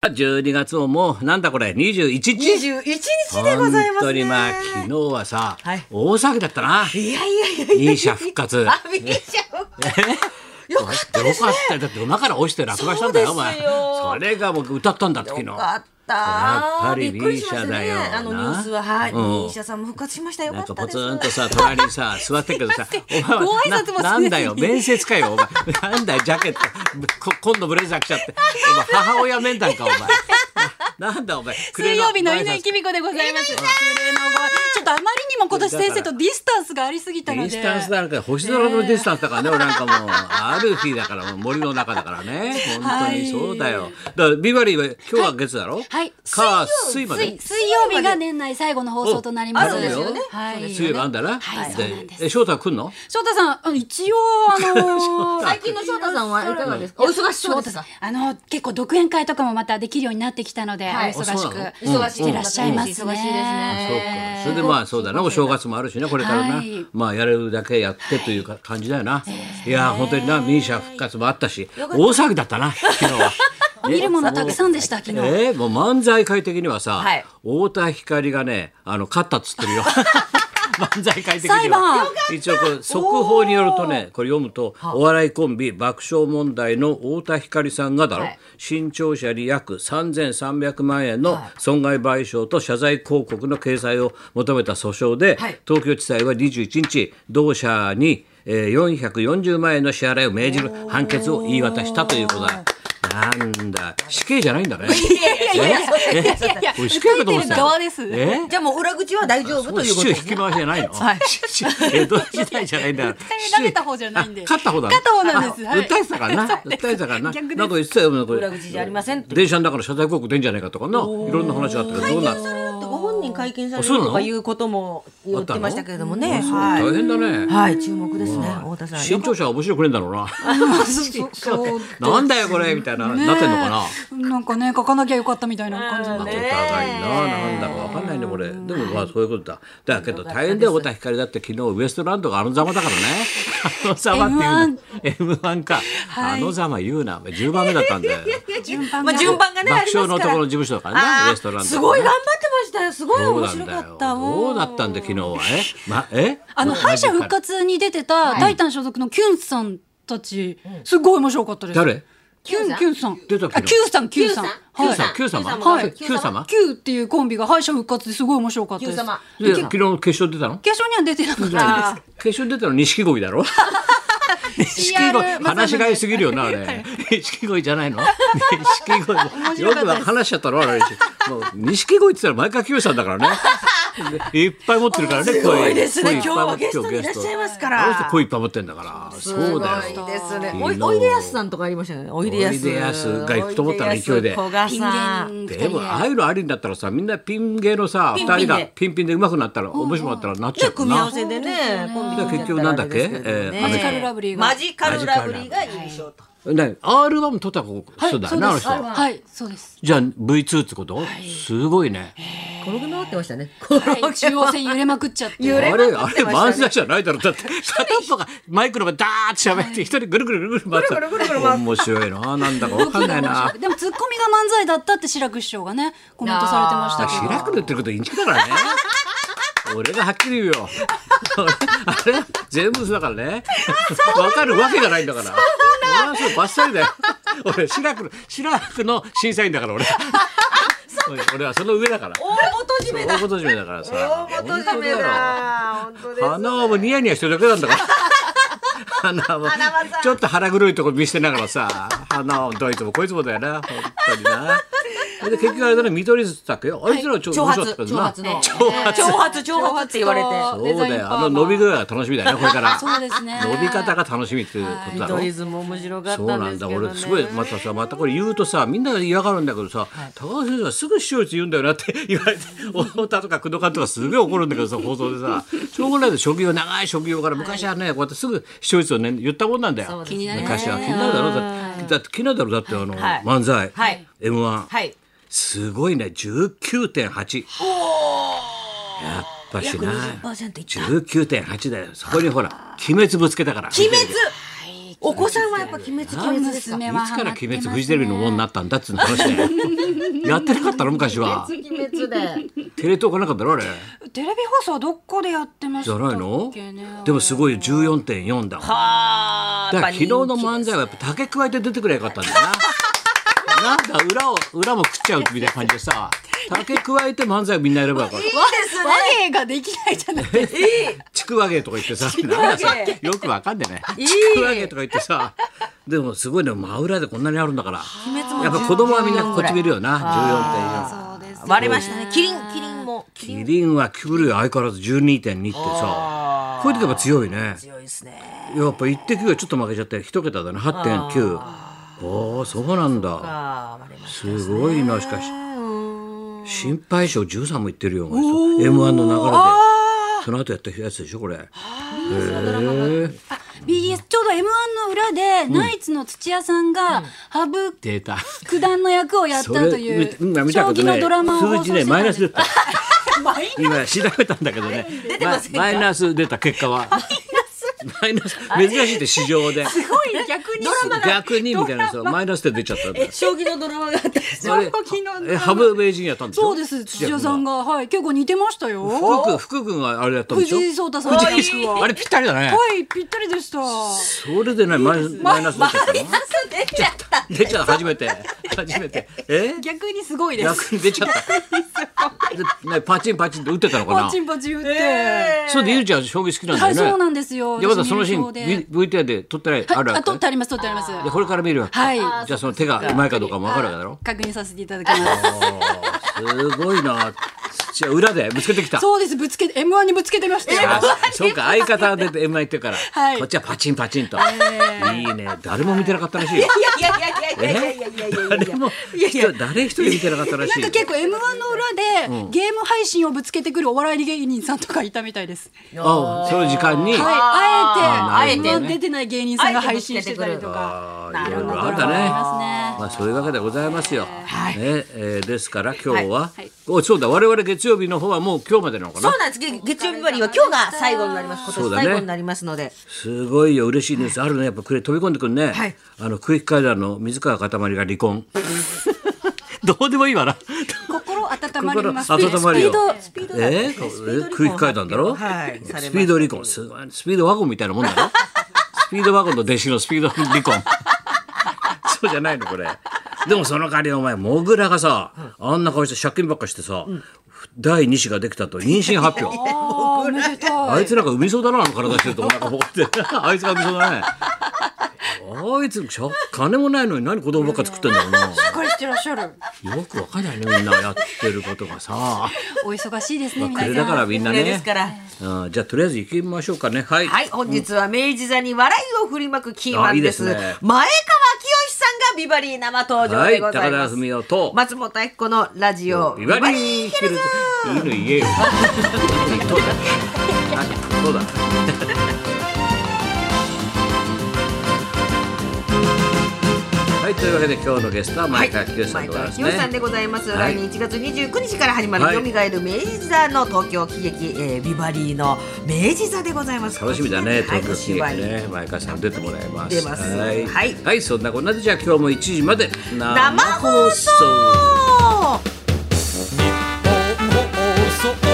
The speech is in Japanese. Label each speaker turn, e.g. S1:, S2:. S1: あ12月ももうなんだこれ21日
S2: 二十一日でござい
S1: 本
S2: ます
S1: 当に
S2: ね。
S1: まあ昨日はさ、
S2: はい
S1: 大騒ぎだったな。
S2: いやいやいやいや。
S1: ミーシャ復活
S2: あ、ミーシャ復活。よかった
S1: よ
S2: です
S1: か
S2: ね。
S1: ったよだって馬から落ちて落馬したんだよお前
S2: そうですよ
S1: それが僕歌ったんだって昨
S2: よ
S1: 日
S2: かった。
S1: やっぱり
S2: びっくりしました
S1: ミー
S2: ね。
S1: シャだよ
S2: あのニュースははい。
S1: な
S2: ミ
S1: うん
S2: ーシャさんも復活しましたよ
S1: な
S2: か
S1: んか
S2: った
S1: ポ
S2: です。
S1: ツンとさ隣に さ座ってっけどさお前は
S2: ご挨拶
S1: な
S2: もし
S1: なん
S2: な
S1: だ
S2: い
S1: よ面接かよお前なんだよジャケットこ今度ブレザー着ちゃってお前母親面談 かお前ななんだお前
S3: 水曜日の
S1: 暮れ
S3: 犬井
S1: ご挨拶
S3: 君子でございま
S2: 乾
S3: す。ち
S2: さ
S3: ょ
S2: ん
S3: っとあまりにも今年先生とディスタンスがありすぎたの
S1: デ
S3: で。
S1: ィスタンスだから星空のディスタンスだ からね、俺なんかもうアルフィーだからもう森の中だからね本当にそうだよ、だからビバリーは今日は月だろ、
S3: はい
S1: 火水まで
S3: 水水曜日が年内最後の放送となります。
S1: おあるんですよ
S2: ね
S3: は
S2: そう
S3: い。
S2: です
S1: 水曜日あんだな、
S3: はいそうなんです
S1: え翔太は来んの
S3: 翔太さんあの、一応、あ のー、
S2: 最近の翔太さんはいかがですか。お忙しそうですか。
S3: あの、結構独演会とかもまたできるようになってきたので、お
S2: はい
S3: 忙
S1: あ
S3: し
S1: そうなの
S3: く。
S1: うん
S2: 忙しい
S3: いらっしゃいます
S2: 忙しい
S3: ね
S2: です
S1: そう
S2: ね
S1: か。それでまあそうだなお正月もあるしねこれからな、
S3: はい
S1: まあやれるだけやってというか感じだよな、いや本当になミーシャ復活もあったし大騒ぎだったな昨日は。
S3: 見るものたくさんでした、昨日。
S1: えー、もう漫才界的にはさ、
S2: はい
S1: 太田光がねあの勝ったっつってるよ 漫才界的に
S3: 裁判よ
S1: は
S3: か
S1: 一応これ速報によるとねこれ読むとお笑いコンビ爆笑問題の太田光さんがだろ、
S2: はい
S1: 新潮社に約3300万円の損害賠償と謝罪広告の掲載を求めた訴訟で、
S2: はい
S1: 東京地裁は21日同社にえー440万円の支払いを命じる判決を言い渡したということだ。なんだ死刑じゃないんだね。
S2: いやいやいやいやいやいや。
S1: 俺死刑かと思ってたよ
S3: 訴えてる側です
S1: え
S2: じゃあもう裏口は大丈夫
S1: そう
S2: という
S1: シ
S2: こと
S1: チュ
S2: で
S1: ー引
S2: す
S1: き
S2: ね。
S1: 回しじゃないの、
S2: はい
S1: シチュー 江戸時代じゃないんだから
S3: え投げた方じゃないんで
S1: あ勝った方だ
S3: 勝った方なんです
S1: あ
S3: はい
S1: 訴えてたからな訴えてたからな
S3: 逆です
S1: なんか言ってたよなんか
S2: 裏口じゃありませんって
S1: 電車の中の謝罪広告出んじゃないかとかないろんな話があったけどどうなる
S2: それだってご本人会見される
S1: あそうなの
S2: とかいうことも言ってましたけれどもね。
S1: あそう
S2: はい
S1: 大変だね
S2: はい、注目ですね、太田さん。
S1: 新潮社は面白くねえんだろうな
S2: そう
S1: なんだよこれみたいな、なってんのかな
S3: なんかね、書かなきゃよかったみたいな感じになっ
S1: お
S3: て
S1: 互
S2: ね
S1: いな、なんだかわかんないね、これ。でも、まあ、そういうことだ。だけど、
S2: よかった
S1: 大変だよ、太田光だって、昨日ウエストランドがあのざまだ からね。あのざまっていうの。M1 か。あのざま言うな、10番目だったんだ よ。
S3: 順番
S2: ま
S3: が
S2: あ、順番がね、あ
S1: 爆
S2: りますから。
S1: 笑のところの事務所だから
S2: あ
S1: ね、
S2: ー
S1: ウエストランド。
S2: すごい頑張ってましたよ。すごい
S1: そう
S2: 面
S1: なん
S2: 白
S1: だ
S2: か
S1: よ
S2: った。
S1: どうだったんだ、昨日は。え、ま、え。
S3: あの
S1: 同じ
S3: 敗者復活に出てたタイタン所属のキュンさんたち、すごい面白かったです。
S1: 誰。
S3: キュンキュンさん。
S1: 出たっけ
S3: あキュンさんキュンさん。
S2: キュンさん
S1: キュウさん、キュウ様。
S2: はい
S1: キュウ様。
S3: キュンっていうコンビが敗者復活ですごい面白かったです。
S2: キュン様
S3: で
S1: で、昨日決勝出たの。
S3: 決勝には出てなかったです。
S2: あ
S1: 決勝に出たの錦鯉だろ 錦鯉
S3: PR
S1: 話し飼いすぎるよなあれ錦鯉じゃない の錦鯉よく話しちゃったろあれもう錦鯉って言ったら毎回清さんだからね いっぱい持ってるからね
S2: すごいですね。
S1: 鯉
S2: 今日はゲスト
S1: 今日
S2: にいらっしゃいますか
S1: あの人
S2: ら。
S1: 鯉いっぱい持ってんだからそうだよ
S2: すごいですね。
S1: 昨
S2: おい
S1: 日
S2: おいでやすさんとかありましたよね。おいでやす。
S1: おいでやすが行くと思ったら勢いで
S2: おでやす古賀さん。
S3: 人間
S1: でもああいうのありになったらさみんなピン芸のさ
S2: ピン
S1: 二人が
S2: ピンで
S1: ピンピンで上手くなったら面白かったらなっちゃ
S2: で
S1: うも
S2: 組
S1: ん
S2: み合わ
S1: な
S2: せでね、コンビ組んじゃったらあれですけどね
S1: 結局なんだっけえーマ
S3: ジカルラブリーが
S2: マジカルラブリーが優勝と。
S1: ね R1 取った子そうだよねあの人
S3: はい、そうです。
S1: じゃあ V2 ってこと、すごいね。
S2: 転げ回ってましたね。
S3: はい中央線揺れまくっちゃって。
S2: 揺
S1: あ
S2: れ
S1: れ
S2: ま
S1: あ
S2: くっ
S1: れ
S2: てましたね
S1: 漫才じゃないだろだって片っぽがマイクの前ダーッと喋って一人ぐるぐるぐるぐる
S2: ぐるぐる
S1: 回
S2: ぐるぐ
S1: って
S2: る回って
S1: 面白いななんだかわかんないな。
S3: でもツッコミが漫才だったって志らく師匠がねコメントされてましたけど。
S1: 白く塗ってることいいんじゃからね。俺がはっきり言うよ。あれ全部嘘だからね。わかるわけがないんだから。俺はそうバッサリだよ。俺白く白くの審査員だから俺。俺はその上だから。
S2: 大元締めだ。
S1: 大元締めだからさ。
S2: 大元締めだ。本当ですね。
S1: 鼻はもうニヤニヤしてるだけなんだから。鼻はもう
S2: 鼻はさ
S1: ちょっと腹黒いとこ見せながらさ鼻をどいつもこいつもだよな本当にな。で結局あれだね見取り図だっけよあいつらちょっと
S2: 挑
S1: 面白か
S2: 発
S1: ったけど
S2: 挑
S1: な。
S2: 発の
S1: 挑発
S2: 挑発挑発って言われて
S1: そうだよあの伸び具合が楽しみだよねこれから。
S3: そうです ね
S1: 伸び方が楽しみっていうことだろ。
S2: ズも面白か
S1: そうなんだ俺すごいまたさまたこれ言うとさみんなが嫌がるんだけどさ、高橋先生はすぐ視聴率言うんだよなって 言われて太田とか工藤監とかすごい怒るんだけどさ放送でさしょうがないで職業長い職業から昔はねこうやってすぐ視聴率をね言ったもんなんだよ、
S3: 気になりま
S1: 昔
S3: すね
S1: は気になるだろだってだって気になるだろだってあの、
S2: はい
S1: 漫才、
S2: はい
S1: m 1、
S2: はい
S1: すごいね19.8やっぱしな
S2: 120%いった
S1: 19.8だよそこにほら鬼滅ぶつけたから
S2: 鬼滅お子さんはやっぱ鬼滅鬼滅ですか
S3: 娘
S1: い
S3: は
S1: つから
S3: ハマっ
S1: 鬼
S3: て
S1: 滅
S3: ますね
S1: フジテレビのものになったんだっつうの話 だよやってなかったの昔は
S2: 鬼滅鬼滅で
S1: テレ東かなかったろあれ
S3: テレビ放送はどこでやってまし
S1: じ
S3: た
S1: ゃ
S3: っ
S1: ないの
S3: けね
S1: でもすごい14.4だもん
S2: あ
S1: だから昨日の漫才はやっぱ竹加えて出てくればよかったん だななんだ裏を裏も食っちゃうみたいな感じでさ竹加えて漫才みんなやればよかった
S3: わ和芸ができないじゃないですか
S1: ちくわげとか言ってさ、なんだそれよくわかんでね。ちくわげとか言ってさ、でもすごいね、真裏でこんなにあるんだから。やっぱ子供はみんなこっち見るよな、
S3: そうですよね
S2: 割れましたねキリンキリンもキ
S1: 14.4。キリンは来るよ、相変わらず12.2ってさ、こういう時やっぱ強いね。
S2: 強いですね
S1: やっぱ一滴がちょっと負けちゃって、一桁だね、8.9。ああ、そうなんだ。
S2: ああ割れまし
S1: すごいな、しかし。
S2: たうん
S1: 心配性13もいってるよ、お前 M1 の流れで。その後やったやつでしょ、これ。へえ。
S3: BS ちょうど M1 の裏で、ナイツの土屋さんが羽生
S1: データ。
S3: 九段の役をやった
S1: そ
S3: と
S1: れ
S3: いう
S1: 見た見た
S3: 将
S1: こと
S3: 棋
S1: な
S3: の
S1: い
S3: ドラマを放
S1: 数
S3: 送
S1: 字
S3: して
S1: ね
S3: た
S1: マ
S3: ん
S1: イ
S3: で
S1: ナスだ
S3: す
S1: った今調べたんだけどねまマイナス出た結果はマイナス珍しいって市場で
S2: 逆にドラマが
S1: 逆にみたいなさマイナスで出ちゃったんだよ
S2: 将棋のドラマがあった
S1: あれえ羽生名人やったんでしょ
S3: そうです土屋さんがはい結構似てましたよ
S1: 福君福君があれやったんでしょ
S3: 藤井聡太さんの
S1: 藤井
S3: 役は
S1: あれぴったりだね
S3: はいぴったりでした
S1: それでねマイマイナス出ちゃったの
S2: 出ちゃった
S1: 出ちゃった初めて初めてえ
S3: 逆にすごいです
S1: 逆に出ちゃったでねパチンパチンって打ってたのか
S3: パ
S1: な
S3: チンパチン打って、
S1: それでゆうちゃん将棋好きなんだ
S3: はいそ
S1: よ
S3: う
S1: ね
S3: なんですよ
S1: じゃあまだそのシ
S3: 私
S1: ー
S3: 見
S1: ン
S3: るそうで
S1: V- VTR で撮ってないある
S3: はい
S1: わ
S3: あ
S1: け
S3: 撮ってあります撮ってあります
S1: でこれから見るわけ
S3: はい
S1: じゃあその手がうまいかどうかも分かるわけだろ
S3: 確認させていただきます
S1: すごいなじゃあ裏でぶつけてきた
S3: そうですぶつけて M1 にぶつけてましたよ
S1: あそうか相方が出て M 行ってから
S3: はい
S1: こっちはパチンパチンといいね誰も見てなかったらしいよ
S2: いやいやいやいやいやいやいやいやい
S1: 誰も誰一人見てなかったらしい
S3: なんか結構 M1 の裏でゲーム配信をぶつけてくるお笑い芸人さんとかいたみたいです。
S1: あその時間に
S3: は
S1: あー
S3: い、あえて
S1: なるほどね
S3: M1 出てない芸人さんが配信してたりと
S1: あ
S3: か。
S1: ーいろいろ
S3: ド
S1: あ
S3: ラ
S1: っ
S3: マ
S1: た
S3: もあり
S1: ね
S3: ますね。
S1: まあそういうわけでございますよ。ね、えーですから今日は、
S3: いはい
S1: おそうだ我々月曜日の方はもう今日までなのかな
S2: そう。なんです。月月曜日割りは今日が最後になります。今
S1: そう
S2: 年
S1: だね
S2: 最後になりますので。
S1: すごいよ嬉しいニュースあるねやっぱくれ飛び込んでくるね。
S2: はい
S1: あの空気階段の水川かたまりが離婚。どうでもいいわな。
S3: 心温まります。
S1: 温まるよ。
S3: ス
S2: ピード
S1: えーえ空気階段だろ。
S2: はいされました
S1: スピード離婚すごいスピードワゴンみたいなもんだろ。スピードワゴンの弟子のスピード離婚。そうじゃないのこれ。でもその代わりお前モグラがさ、あんな顔して借金ばっかしてさ、第二子ができたと妊娠発表。
S3: あーおめで
S1: あ
S3: と。
S1: いうつなんか産みそうだな、あの体してるとお腹ぼこって。あいつが産みそうだね。あいつ、しゃ金もないのに何子供ばっか作ってんだろうな。
S3: これしてらっしゃる。
S1: よくわかんないね、みんなやってることがさ。
S3: お忙しいです
S1: ま
S3: ね。
S1: あ、こ
S3: 皆さん
S1: れだからみんな
S2: これで
S1: ね
S2: す。から。
S1: うんじゃあとりあえず行きましょうかね。はい。
S2: はい、本日は明治座に笑いを振りまくキーマ
S1: あいい
S2: ン
S1: で
S2: ですす。
S1: ね
S2: 前川清さんがビバリー生登場
S1: はい、
S2: でご
S1: 高
S2: ざい
S1: 田
S2: ます。
S1: 文夫と、
S2: 松本明子のラジオ。
S1: ビバリーヒルズ。いいの言えよ。そうだ。あそうだ。はい、というわけで今日のゲストは
S2: は
S1: 前
S2: い、
S1: 川
S2: 前
S1: 清さんでござい
S2: 川
S1: ます
S2: 清さん
S1: ね
S2: で。ございます。
S1: はい
S2: 来年1月29日から始まる、
S1: はい
S2: よみがえる明治座の東京喜劇、えービバリーの明治座でございます。
S1: 楽しみだね、
S2: は
S1: 東京
S2: い
S1: 喜劇
S2: お芝居
S1: ね、前川さん出てもらいます。
S2: 出ます
S1: はい、
S2: はい
S1: はいそんなこんなで、じゃあ、今日も1時まで
S2: 生放送
S1: 生放送
S4: 放送